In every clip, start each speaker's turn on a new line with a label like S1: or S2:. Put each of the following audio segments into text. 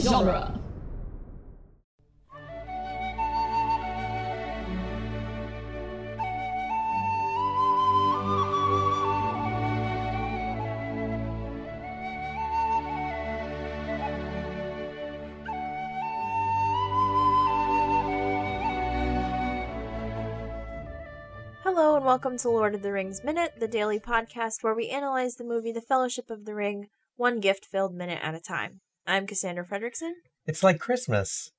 S1: genre.
S2: Hello and welcome to Lord of the Rings Minute, the daily podcast where we analyze the movie The Fellowship of the Ring, one gift filled minute at a time. I'm Cassandra Fredrickson,
S3: It's like Christmas.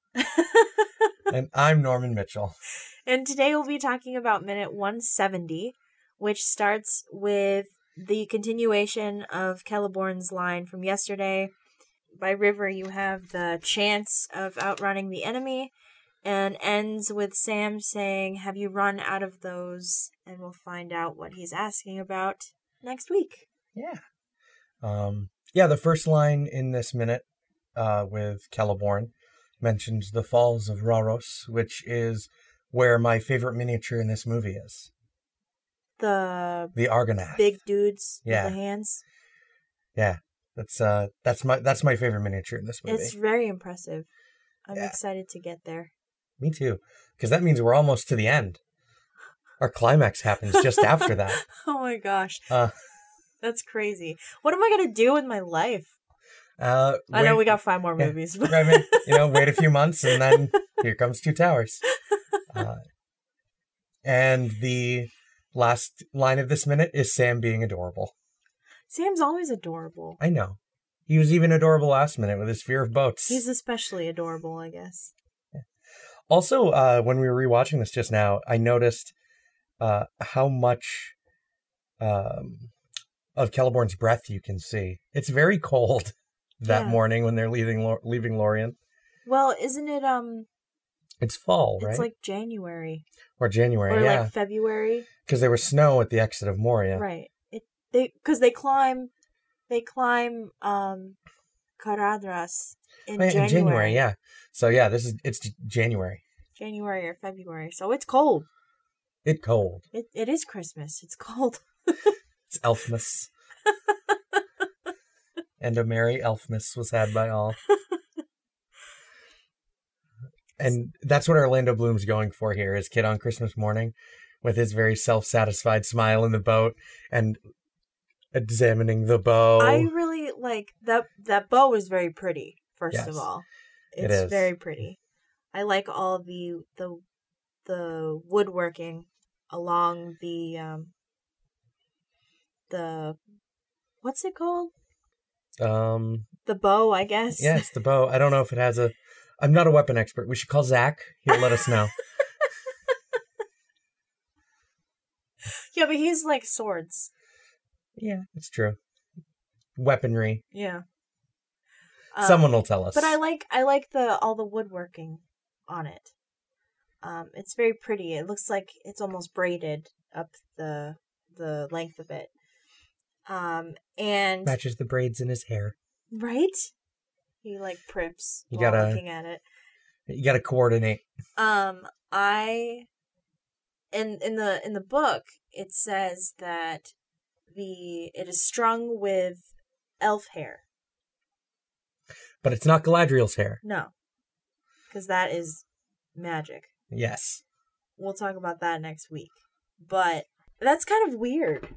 S3: and I'm Norman Mitchell.
S2: and today we'll be talking about minute 170, which starts with the continuation of Celeborn's line from yesterday. By river, you have the chance of outrunning the enemy, and ends with Sam saying, Have you run out of those? And we'll find out what he's asking about next week.
S3: Yeah. Um, yeah, the first line in this minute uh, with Celeborn mentions the Falls of Raros, which is where my favorite miniature in this movie is
S2: the
S3: the Argonath.
S2: big dudes
S3: Yeah.
S2: with the hands.
S3: That's uh, that's my that's my favorite miniature in this movie.
S2: It's very impressive. I'm
S3: Yeah.
S2: excited to get there.
S3: Me too, because that means we're almost to the end. Our climax happens just after that.
S2: Oh my gosh,
S3: Uh,
S2: that's crazy. What am I gonna do with my life?
S3: uh,
S2: I know
S3: wait-
S2: we got five more
S3: yeah.
S2: movies, but
S3: I mean, you know, wait a few months and then here comes Two Towers. Uh, and the last line of this minute is Sam being adorable.
S2: Sam's always adorable.
S3: I know. He was even adorable last minute with his fear of boats.
S2: He's especially adorable, I guess.
S3: Also, uh, when we were rewatching this just now, I noticed uh, how much um, of Celeborn's breath you can see. It's very cold that
S2: Yeah.
S3: morning when they're leaving Lo- leaving Lorien.
S2: Well, isn't it? Um,
S3: It's fall, right?
S2: it's like January
S3: or January,
S2: or
S3: yeah.
S2: like February,
S3: because there was snow at the exit of Moria.
S2: right? It they because they climb, they climb um, Caradras in,
S3: Oh, yeah,
S2: January,
S3: in January, yeah. So yeah, this is it's J- January.
S2: January or February, so it's cold.
S3: It cold.
S2: It, it is Christmas. It's cold.
S3: It's Elfmas. and a merry Elfmas was had by all. and that's what Orlando Bloom's going for here. His kid on Christmas morning, with his very self-satisfied smile in the boat and examining the bow.
S2: I really like that. That bow is very pretty. First of
S3: Yes.
S2: all, it's
S3: It is.
S2: very pretty. I like all the the the woodworking along the um the what's it called
S3: Um,
S2: the bow I guess
S3: yeah, it's the bow. I don't know if it has a. I'm not a weapon expert. We should call Zach. He'll let us know.
S2: yeah but he's like swords
S3: Yeah, it's true. Weaponry.
S2: yeah Um,
S3: Someone will tell us.
S2: but I like I like the all the woodworking on it. Um, it's very pretty. It looks like it's almost braided up the the length of it. Um, and
S3: matches the braids in his hair.
S2: right, he like prips
S3: You
S2: while
S3: gotta-
S2: looking at it.
S3: You got to coordinate.
S2: Um, I in in the in the book it says that the it is strung with elf hair.
S3: But it's not Galadriel's hair.
S2: No, because that is magic.
S3: Yes.
S2: we'll talk about that next week. But that's kind of weird.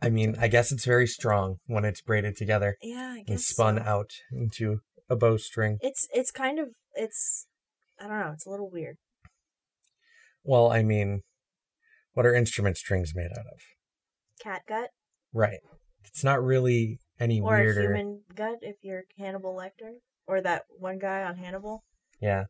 S3: I mean, I guess it's very strong when it's braided together
S2: Yeah, I guess
S3: and spun
S2: so.
S3: out into a bowstring.
S2: It's it's kind of it's I don't know. It's a little weird.
S3: Well, I mean, what are instrument strings made out of?
S2: Cat gut
S3: Right. It's not really any
S2: or
S3: weirder.
S2: human gut if you're Hannibal Lecter or that one guy on Hannibal. Um,
S3: Yeah.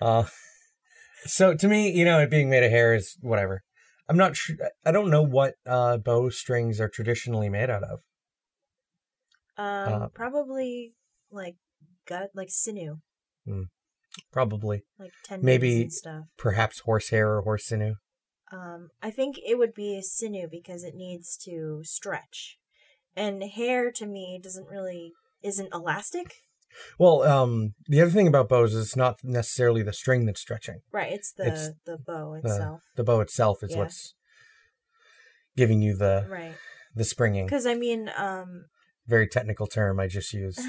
S3: uh, so to me, you know, it being made of hair is whatever. I'm not sure. I don't know what uh, bow strings are traditionally made out of.
S2: Um,
S3: Uh,
S2: probably like gut, like sinew,
S3: Probably,
S2: like tendons
S3: Maybe-
S2: and stuff.
S3: perhaps horsehair or horse sinew.
S2: Um, I think it would be sinew because it needs to stretch, and hair to me doesn't really isn't elastic.
S3: Well, um, the other thing about bows is it's not necessarily the string that's stretching.
S2: Right, it's the
S3: It's
S2: the bow
S3: The
S2: itself.
S3: the bow itself is
S2: Yeah.
S3: what's giving you the
S2: Right.
S3: the springing.
S2: Because I mean, um,
S3: Very technical term I just used.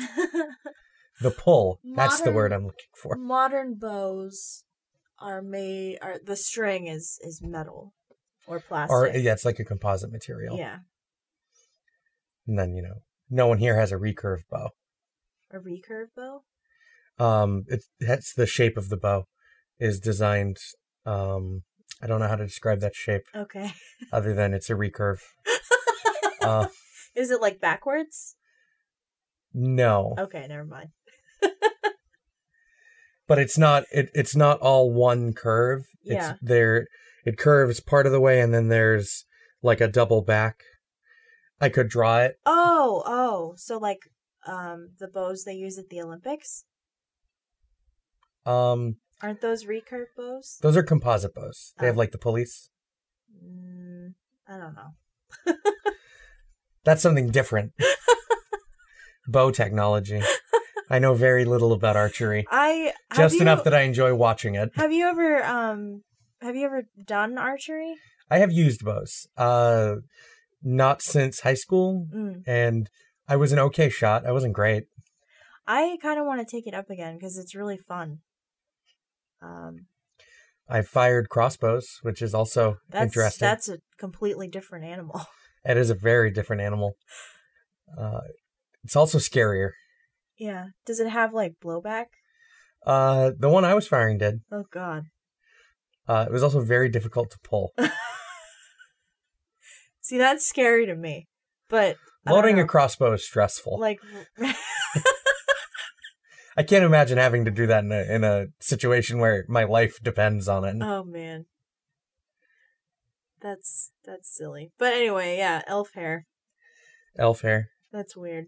S3: The pull. That's the
S2: Modern-
S3: word I'm looking for.
S2: Modern bows are made. Are the string is is metal or plastic?
S3: Or yeah, it's like a composite material.
S2: yeah,
S3: And then, you know, no one here has a recurve bow.
S2: a recurve bow.
S3: Um it's that's the shape of the bow is designed um I don't know how to describe that shape
S2: Okay.
S3: other than it's a recurve. Uh
S2: Is it like backwards?
S3: no.
S2: Okay, never mind.
S3: but it's not it, it's not all one curve
S2: Yeah.
S3: it's there it curves part of the way and then there's like a double back i could draw it
S2: Oh, oh, so like um the bows they use at the Olympics
S3: um
S2: aren't those recurve bows?
S3: those are composite bows they have
S2: Oh.
S3: like the pulleys
S2: Mm, I don't know.
S3: that's something different bow technology i know very little about archery
S2: I have
S3: just
S2: you-
S3: enough that i enjoy watching it
S2: have you ever um have you ever done archery?
S3: i have used bows uh not since high school
S2: Mm.
S3: and i was an okay shot i wasn't great
S2: I kind of want to take it up again because it's really fun. Um,
S3: i fired crossbows which is also
S2: that's
S3: interesting
S2: that's a completely different animal.
S3: It is a very different animal. Uh, it's also scarier.
S2: yeah. Does it have like blowback?
S3: Uh, the one I was firing did.
S2: Oh God.
S3: Uh, it was also very difficult to pull.
S2: See, that's scary to me. But I don't
S3: Loading
S2: know.
S3: a crossbow is stressful.
S2: like
S3: I can't imagine having to do that in a in a situation where my life depends on it.
S2: oh man. That's that's silly. But anyway, yeah, elf hair.
S3: Elf hair,
S2: That's weird.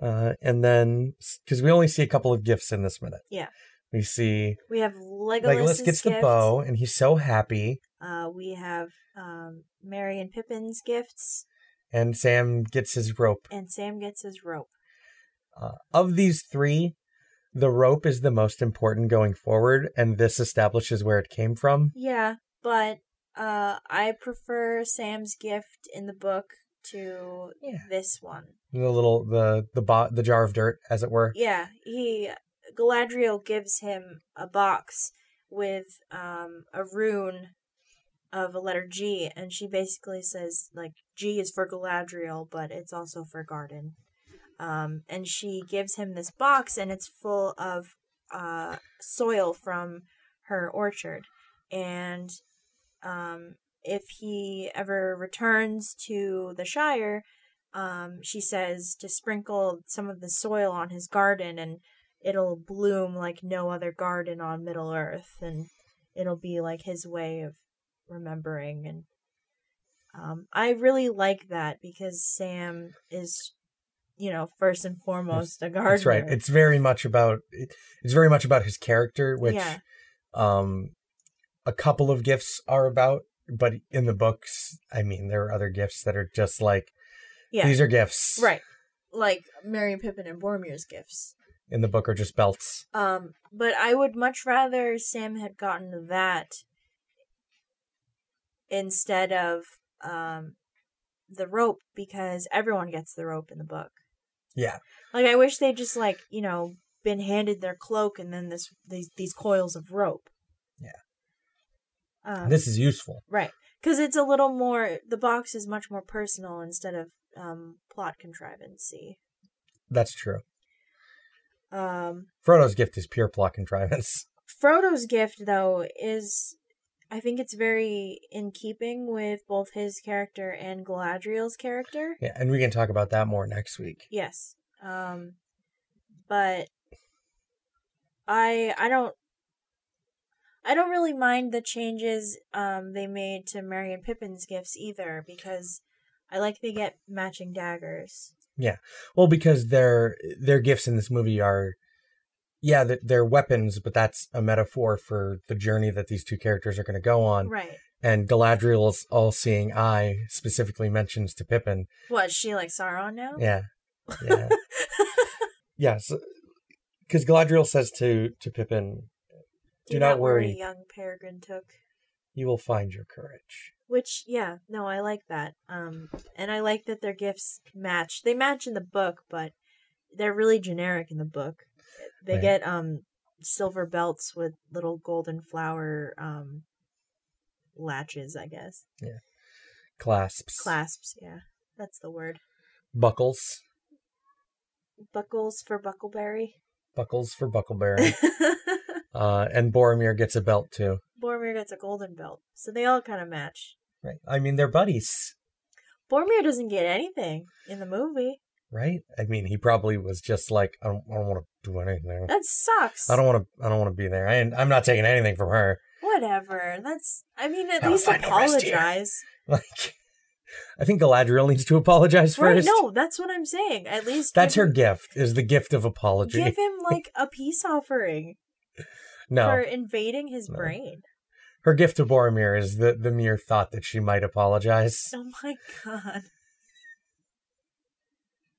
S3: uh, and then because we only see a couple of gifts in this minute.
S2: Yeah.
S3: we see
S2: We have Legolas.
S3: like Legolas gets the bow, and he's so happy.
S2: Uh, we have um, Mary and Pippin's gifts,
S3: And Sam gets his rope.
S2: and Sam gets his rope.
S3: Uh, of these three, the rope is the most important going forward, and this establishes where it came from.
S2: Yeah, but uh, I prefer Sam's gift in the book to
S3: Yeah.
S2: this one.
S3: The little the the bo- the jar of dirt, as it were.
S2: Yeah, he Galadriel gives him a box with um, a rune of a letter G, and she basically says like G is for Galadriel, but it's also for garden. Um, and she gives him this box, and it's full of uh, soil from her orchard. And um, if he ever returns to the Shire, um, she says to sprinkle some of the soil on his garden and it'll bloom like no other garden on Middle Earth. And it'll be like his way of remembering. And um, I really like that because Sam is, you know, first and foremost a gardener.
S3: That's right. It's very much about it- it's very much about his character, which
S2: Yeah.
S3: um a couple of gifts are about. But in the books, I mean, there are other gifts that are just like
S2: yeah.
S3: these are gifts.
S2: Right. Like Mary and Pippin and Boromir's gifts.
S3: In the book are just belts.
S2: Um, but I would much rather Sam had gotten that instead of um the rope because everyone gets the rope in the book.
S3: Yeah.
S2: Like I wish they just like, you know, been handed their cloak and then this these these coils of rope.
S3: Yeah.
S2: Um,
S3: this is useful.
S2: right. Cuz it's a little more the box is much more personal instead of um plot contrivancy.
S3: That's true.
S2: Um
S3: Frodo's gift is pure plot contrivance.
S2: Frodo's gift, though, is I think it's very in keeping with both his character and Galadriel's character.
S3: Yeah, and we can talk about that more next week.
S2: Yes. Um, but I I don't I don't really mind the changes um they made to Merry and Pippin's gifts either because I like they get matching daggers.
S3: Well, because their their gifts in this movie are, yeah, th- they're weapons, but that's a metaphor for the journey that these two characters are going to go on.
S2: Right.
S3: And Galadriel's all-seeing eye specifically mentions to Pippin.
S2: What she like Sauron now?
S3: Yeah, yeah, yes, because Galadriel says to to Pippin,
S2: Do,
S3: Do
S2: not,
S3: not
S2: worry,
S3: worry.
S2: young Peregrine took.
S3: "You will find your courage."
S2: Which yeah, no, I like that. Um and I like that their gifts match. They match in the book, but they're really generic in the book. They
S3: Right.
S2: get um silver belts with little golden flower um latches, I guess.
S3: Clasps.
S2: Clasps, yeah. That's the word.
S3: Buckles.
S2: Buckles for Buckleberry.
S3: Buckles for Buckleberry. uh, and Boromir gets a belt too.
S2: Boromir gets a golden belt. So they all kind of match.
S3: Right. I mean, they're buddies,
S2: Boromir doesn't get anything in the movie.
S3: right? I mean, he probably was just like, I don't, I don't want to do anything.
S2: That sucks.
S3: I don't want to. I don't want to be there. I, I'm not taking anything from her.
S2: Whatever. That's. I mean, at
S3: I'll
S2: least
S3: find a rest here.
S2: apologize.
S3: Like, I think Galadriel needs to apologize
S2: Right?
S3: first.
S2: No, that's what I'm saying. At least
S3: That's
S2: give
S3: her gift. Is the gift of apology.
S2: Give him like a peace offering
S3: no,
S2: for invading his
S3: No.
S2: brain.
S3: her gift to Boromir is the the mere thought that she might apologize.
S2: Oh my god.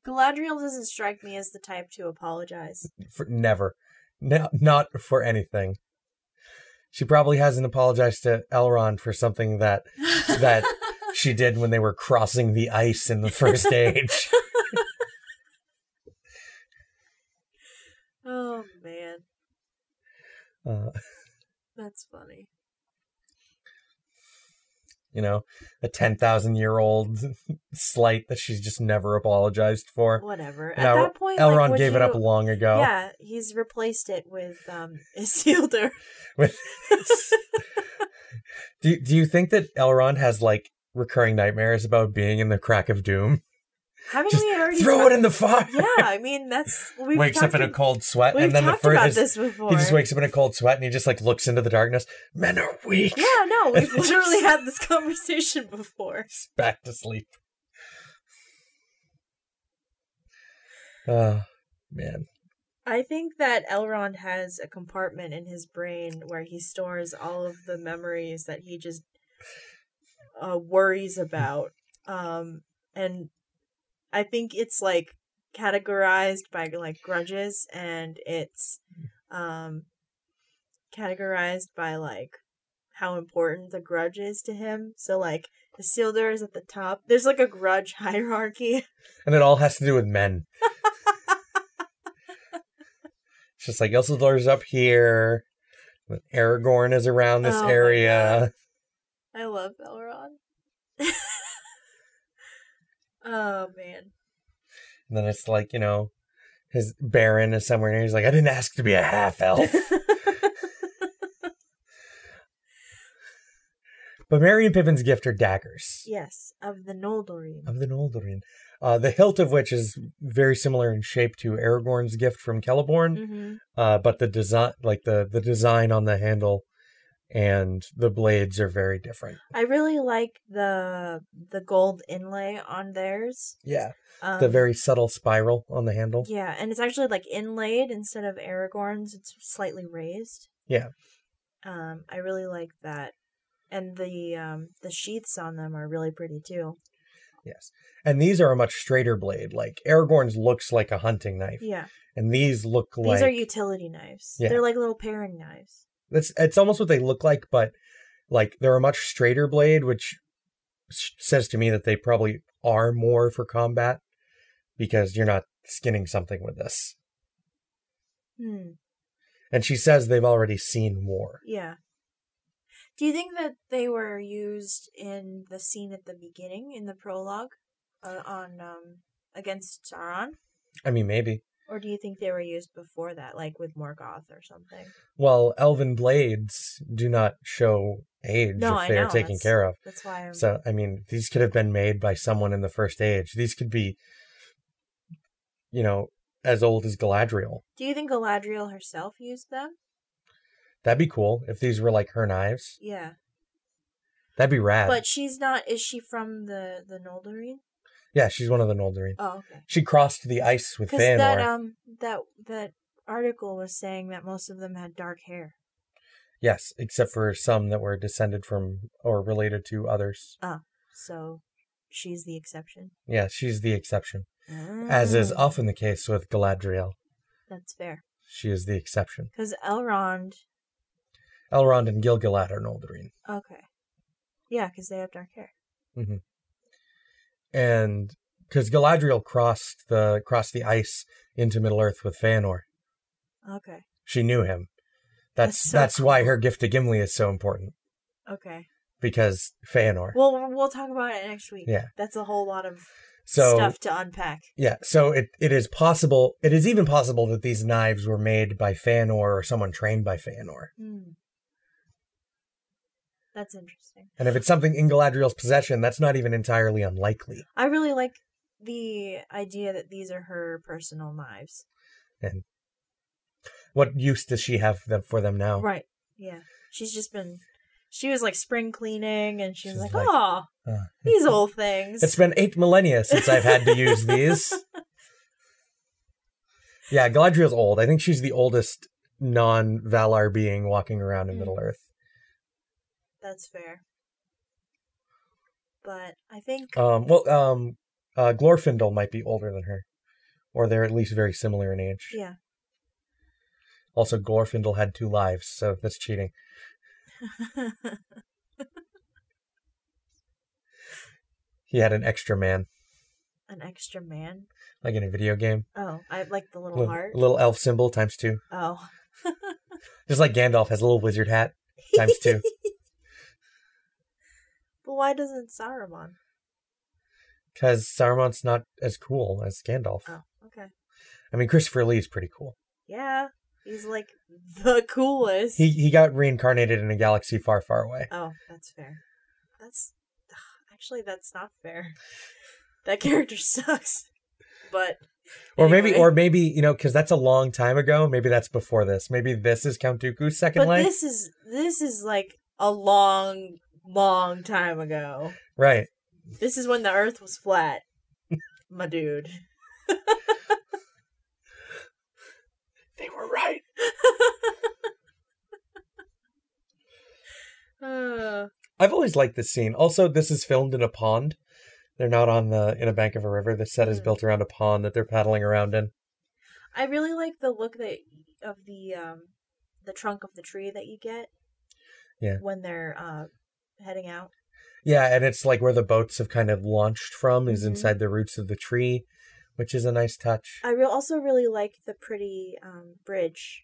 S2: Galadriel doesn't strike me as the type to apologize.
S3: for never, no, not for anything. She probably hasn't apologized to Elrond for something that That- she did when they were crossing the ice in the first age.
S2: oh man,
S3: Uh,
S2: that's funny.
S3: you know, a ten thousand year old slight that she's just never apologized for.
S2: Whatever.
S3: And
S2: At
S3: El-
S2: that point, like,
S3: Elrond
S2: would
S3: gave it up
S2: you-
S3: long ago.
S2: Yeah, he's replaced it with um Isildur.
S3: With do do you think that Elrond has like recurring nightmares about being in the crack of doom?
S2: Haven't
S3: Just
S2: we already
S3: Throw
S2: talked-
S3: it in the fire.
S2: Yeah, I mean that's we've
S3: wakes up in a
S2: talked-
S3: cold sweat,
S2: We've
S3: and then the
S2: talked about
S3: first
S2: this before.
S3: he just wakes up in a cold sweat, and he just like looks into the darkness. Men are weak.
S2: Yeah, no, we've
S3: It's
S2: literally
S3: just-
S2: had this conversation before.
S3: He's back to sleep. Oh man.
S2: I think that Elrond has a compartment in his brain where he stores all of the memories that he just uh, worries about. Um, and I think it's like categorized by like grudges and it's um, categorized by like how important the grudge is to him. So like the Isildur is at the top. There's like a grudge hierarchy.
S3: And it all has to do with men. it's just like Elsildur's up here. and Aragorn is around this
S2: Oh my
S3: area.
S2: I love Elrond. oh man.
S3: And then it's like, you know, his Baron is somewhere near. He's like, I didn't ask to be a half elf. Oh. but Merry and Pippin's gift are daggers
S2: yes, of the Noldorim.
S3: of the Noldorin, uh, the hilt of which is very similar in shape to Aragorn's gift from Celeborn.
S2: Mm-hmm.
S3: uh, but the design, like the the design on the handle and the blades, are very different.
S2: I really like the the gold inlay on theirs.
S3: Yeah,
S2: Um,
S3: the very subtle spiral on the handle.
S2: yeah, and it's actually like inlaid instead of Aragorn's. It's slightly raised.
S3: Yeah.
S2: Um, I really like that, and the um the sheaths on them are really pretty too.
S3: Yes, and these are a much straighter blade. Like Aragorn's looks like a hunting knife,
S2: Yeah,
S3: and these look
S2: these
S3: like
S2: are utility knives.
S3: Yeah.
S2: They're like little paring knives.
S3: that's it's almost what they look like, but like they're a much straighter blade, which s- says to me that they probably are more for combat because you're not skinning something with this.
S2: Hmm.
S3: And she says they've already seen war.
S2: Yeah. Do you think that they were used in the scene at the beginning in the prologue uh, on um, against Sauron,
S3: I mean, maybe.
S2: or do you think they were used before that, like with Morgoth or something?
S3: Well, elven blades do not show age
S2: No, I
S3: if they are
S2: know,
S3: taken
S2: that's-
S3: care of.
S2: That's why I'm.
S3: So, I mean, these could have been made by someone in the first age. These could be, you know, as old as Galadriel.
S2: do you think Galadriel herself used them?
S3: That'd be cool if these were like her knives.
S2: Yeah,
S3: That'd be rad.
S2: but she's not. Is she from the the Noldorin?
S3: yeah, she's one of the Noldorin.
S2: Oh, okay.
S3: She crossed the ice with
S2: Because that
S3: Feanor.
S2: um that that article was saying that most of them had dark hair.
S3: yes, except for some that were descended from or related to others.
S2: So, she's the exception.
S3: Yeah, she's the exception, as is
S2: Ah,
S3: often the case with Galadriel.
S2: That's fair.
S3: She is the exception.
S2: Because Elrond
S3: Elrond and Gilgalad are Noldorin.
S2: Okay. Yeah, because they have dark hair.
S3: and because Galadriel crossed the crossed the ice into Middle Earth with Feanor.
S2: Okay.
S3: She knew him. That's
S2: That's
S3: that's,
S2: so
S3: why her gift to Gimli is so important
S2: Okay.
S3: because Feanor.
S2: Well, we'll talk about it next week.
S3: Yeah.
S2: That's a whole lot of
S3: so
S2: stuff to unpack.
S3: yeah, so it, it is possible. It is even possible that these knives were made by Feanor or someone trained by Feanor.
S2: Hmm. That's interesting.
S3: And if it's something in Galadriel's possession, that's not even entirely unlikely.
S2: I really like the idea that these are her personal knives.
S3: What use does she have them for them now?
S2: Right. Yeah. She's just been. She was like spring cleaning, and she was like,
S3: She's like,
S2: "Oh,
S3: Uh,
S2: these old things."
S3: It's been eight millennia since I've had to use these. Yeah, Galadriel's old. I think she's the oldest non Valar being walking around in
S2: Mm.
S3: Middle Earth.
S2: That's fair. But I think
S3: Um, well, um, uh, Glorfindel might be older than her, or they're at least very similar in age.
S2: yeah.
S3: Also, Glorfindel had two lives, so that's cheating. He had an extra man,
S2: An extra man.
S3: like in a video game.
S2: Oh, I like the little
S3: Little,
S2: heart.
S3: little elf symbol times two.
S2: Oh.
S3: Just like Gandalf has a little wizard hat times two.
S2: But why doesn't Saruman?
S3: Because Saruman's not as cool as Gandalf.
S2: Oh, okay.
S3: I mean, Christopher Lee's pretty cool.
S2: Yeah. He's like the coolest.
S3: He he got reincarnated in a galaxy far, far away.
S2: Oh, that's fair. That's actually that's not fair. That character sucks. But
S3: Or maybe,
S2: anyway.
S3: or maybe you know, because that's a long time ago. Maybe that's before this. Maybe this is Count Dooku's second
S2: but
S3: life,
S2: this is this is like a long, long time ago.
S3: right?
S2: This is when the Earth was flat, my dude.
S3: They were right.
S2: Uh,
S3: I've always liked this scene. Also, this is filmed in a pond. They're not on the in a bank of a river. The set is
S2: Mhm.
S3: built around a pond that they're paddling around in.
S2: I really like the look that of the um the trunk of the tree that you get.
S3: Yeah.
S2: When they're uh heading out.
S3: Yeah, and it's like where the boats have kind of launched from is
S2: Mhm.
S3: inside the roots of the tree, which is a nice touch.
S2: I re- also really like the pretty um bridge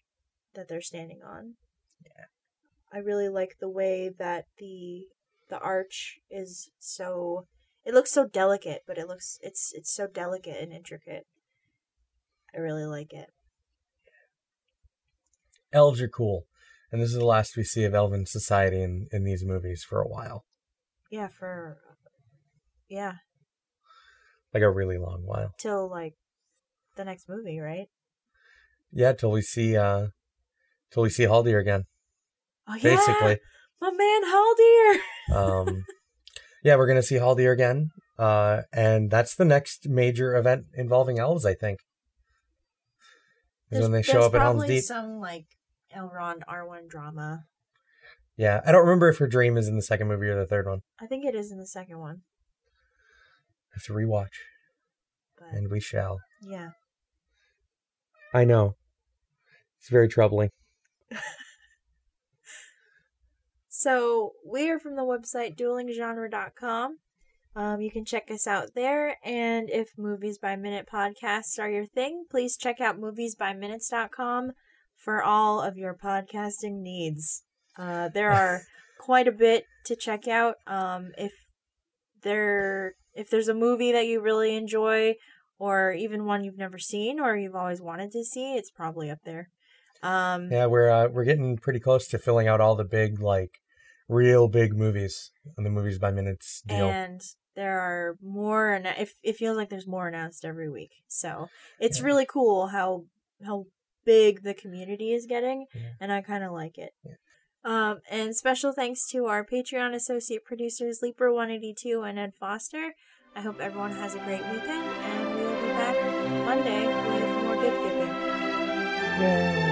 S2: that they're standing on. Yeah. I really like the way that the the arch is so it looks so delicate, but it looks it's it's so delicate and intricate. I really like it.
S3: elves are cool. And this is the last we see of elven society in, in these movies for a while,
S2: Yeah, for yeah,
S3: like a really long while.
S2: till like the next movie, right?
S3: Yeah, till we see uh till we see Haldir again,
S2: Oh yeah,
S3: basically.
S2: my man Haldir.
S3: um yeah, we're gonna see Haldir again. Uh and that's the next major event involving elves, I think. Is when they show up at Helm's Deep.
S2: some like Elrond Arwen drama.
S3: Yeah. I don't remember if her dream is in the second movie or the third one.
S2: I think it is in the second one,
S3: I have to rewatch.
S2: but
S3: And we shall.
S2: yeah,
S3: I know. It's very troubling.
S2: So we are from the website duelinggenre.com. Um, you can check us out there. And if Movies by Minute podcasts are your thing, please check out moviesbyminutes.com for all of your podcasting needs. Uh, there are quite a bit to check out. Um, if there if there's a movie that you really enjoy, or even one you've never seen or you've always wanted to see, it's probably up there. Um,
S3: Yeah, we're uh, we're getting pretty close to filling out all the big like real big movies on the movies by minutes deal.
S2: and there are more and if it feels like there's more announced every week so it's
S3: Yeah.
S2: really cool how how big the community is getting
S3: Yeah.
S2: and i kind of like it
S3: Yeah.
S2: um and special thanks to our patreon associate producers leaper 182 and ed foster i hope everyone has a great weekend and we will be back monday with more gift giving Bye.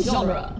S1: genre.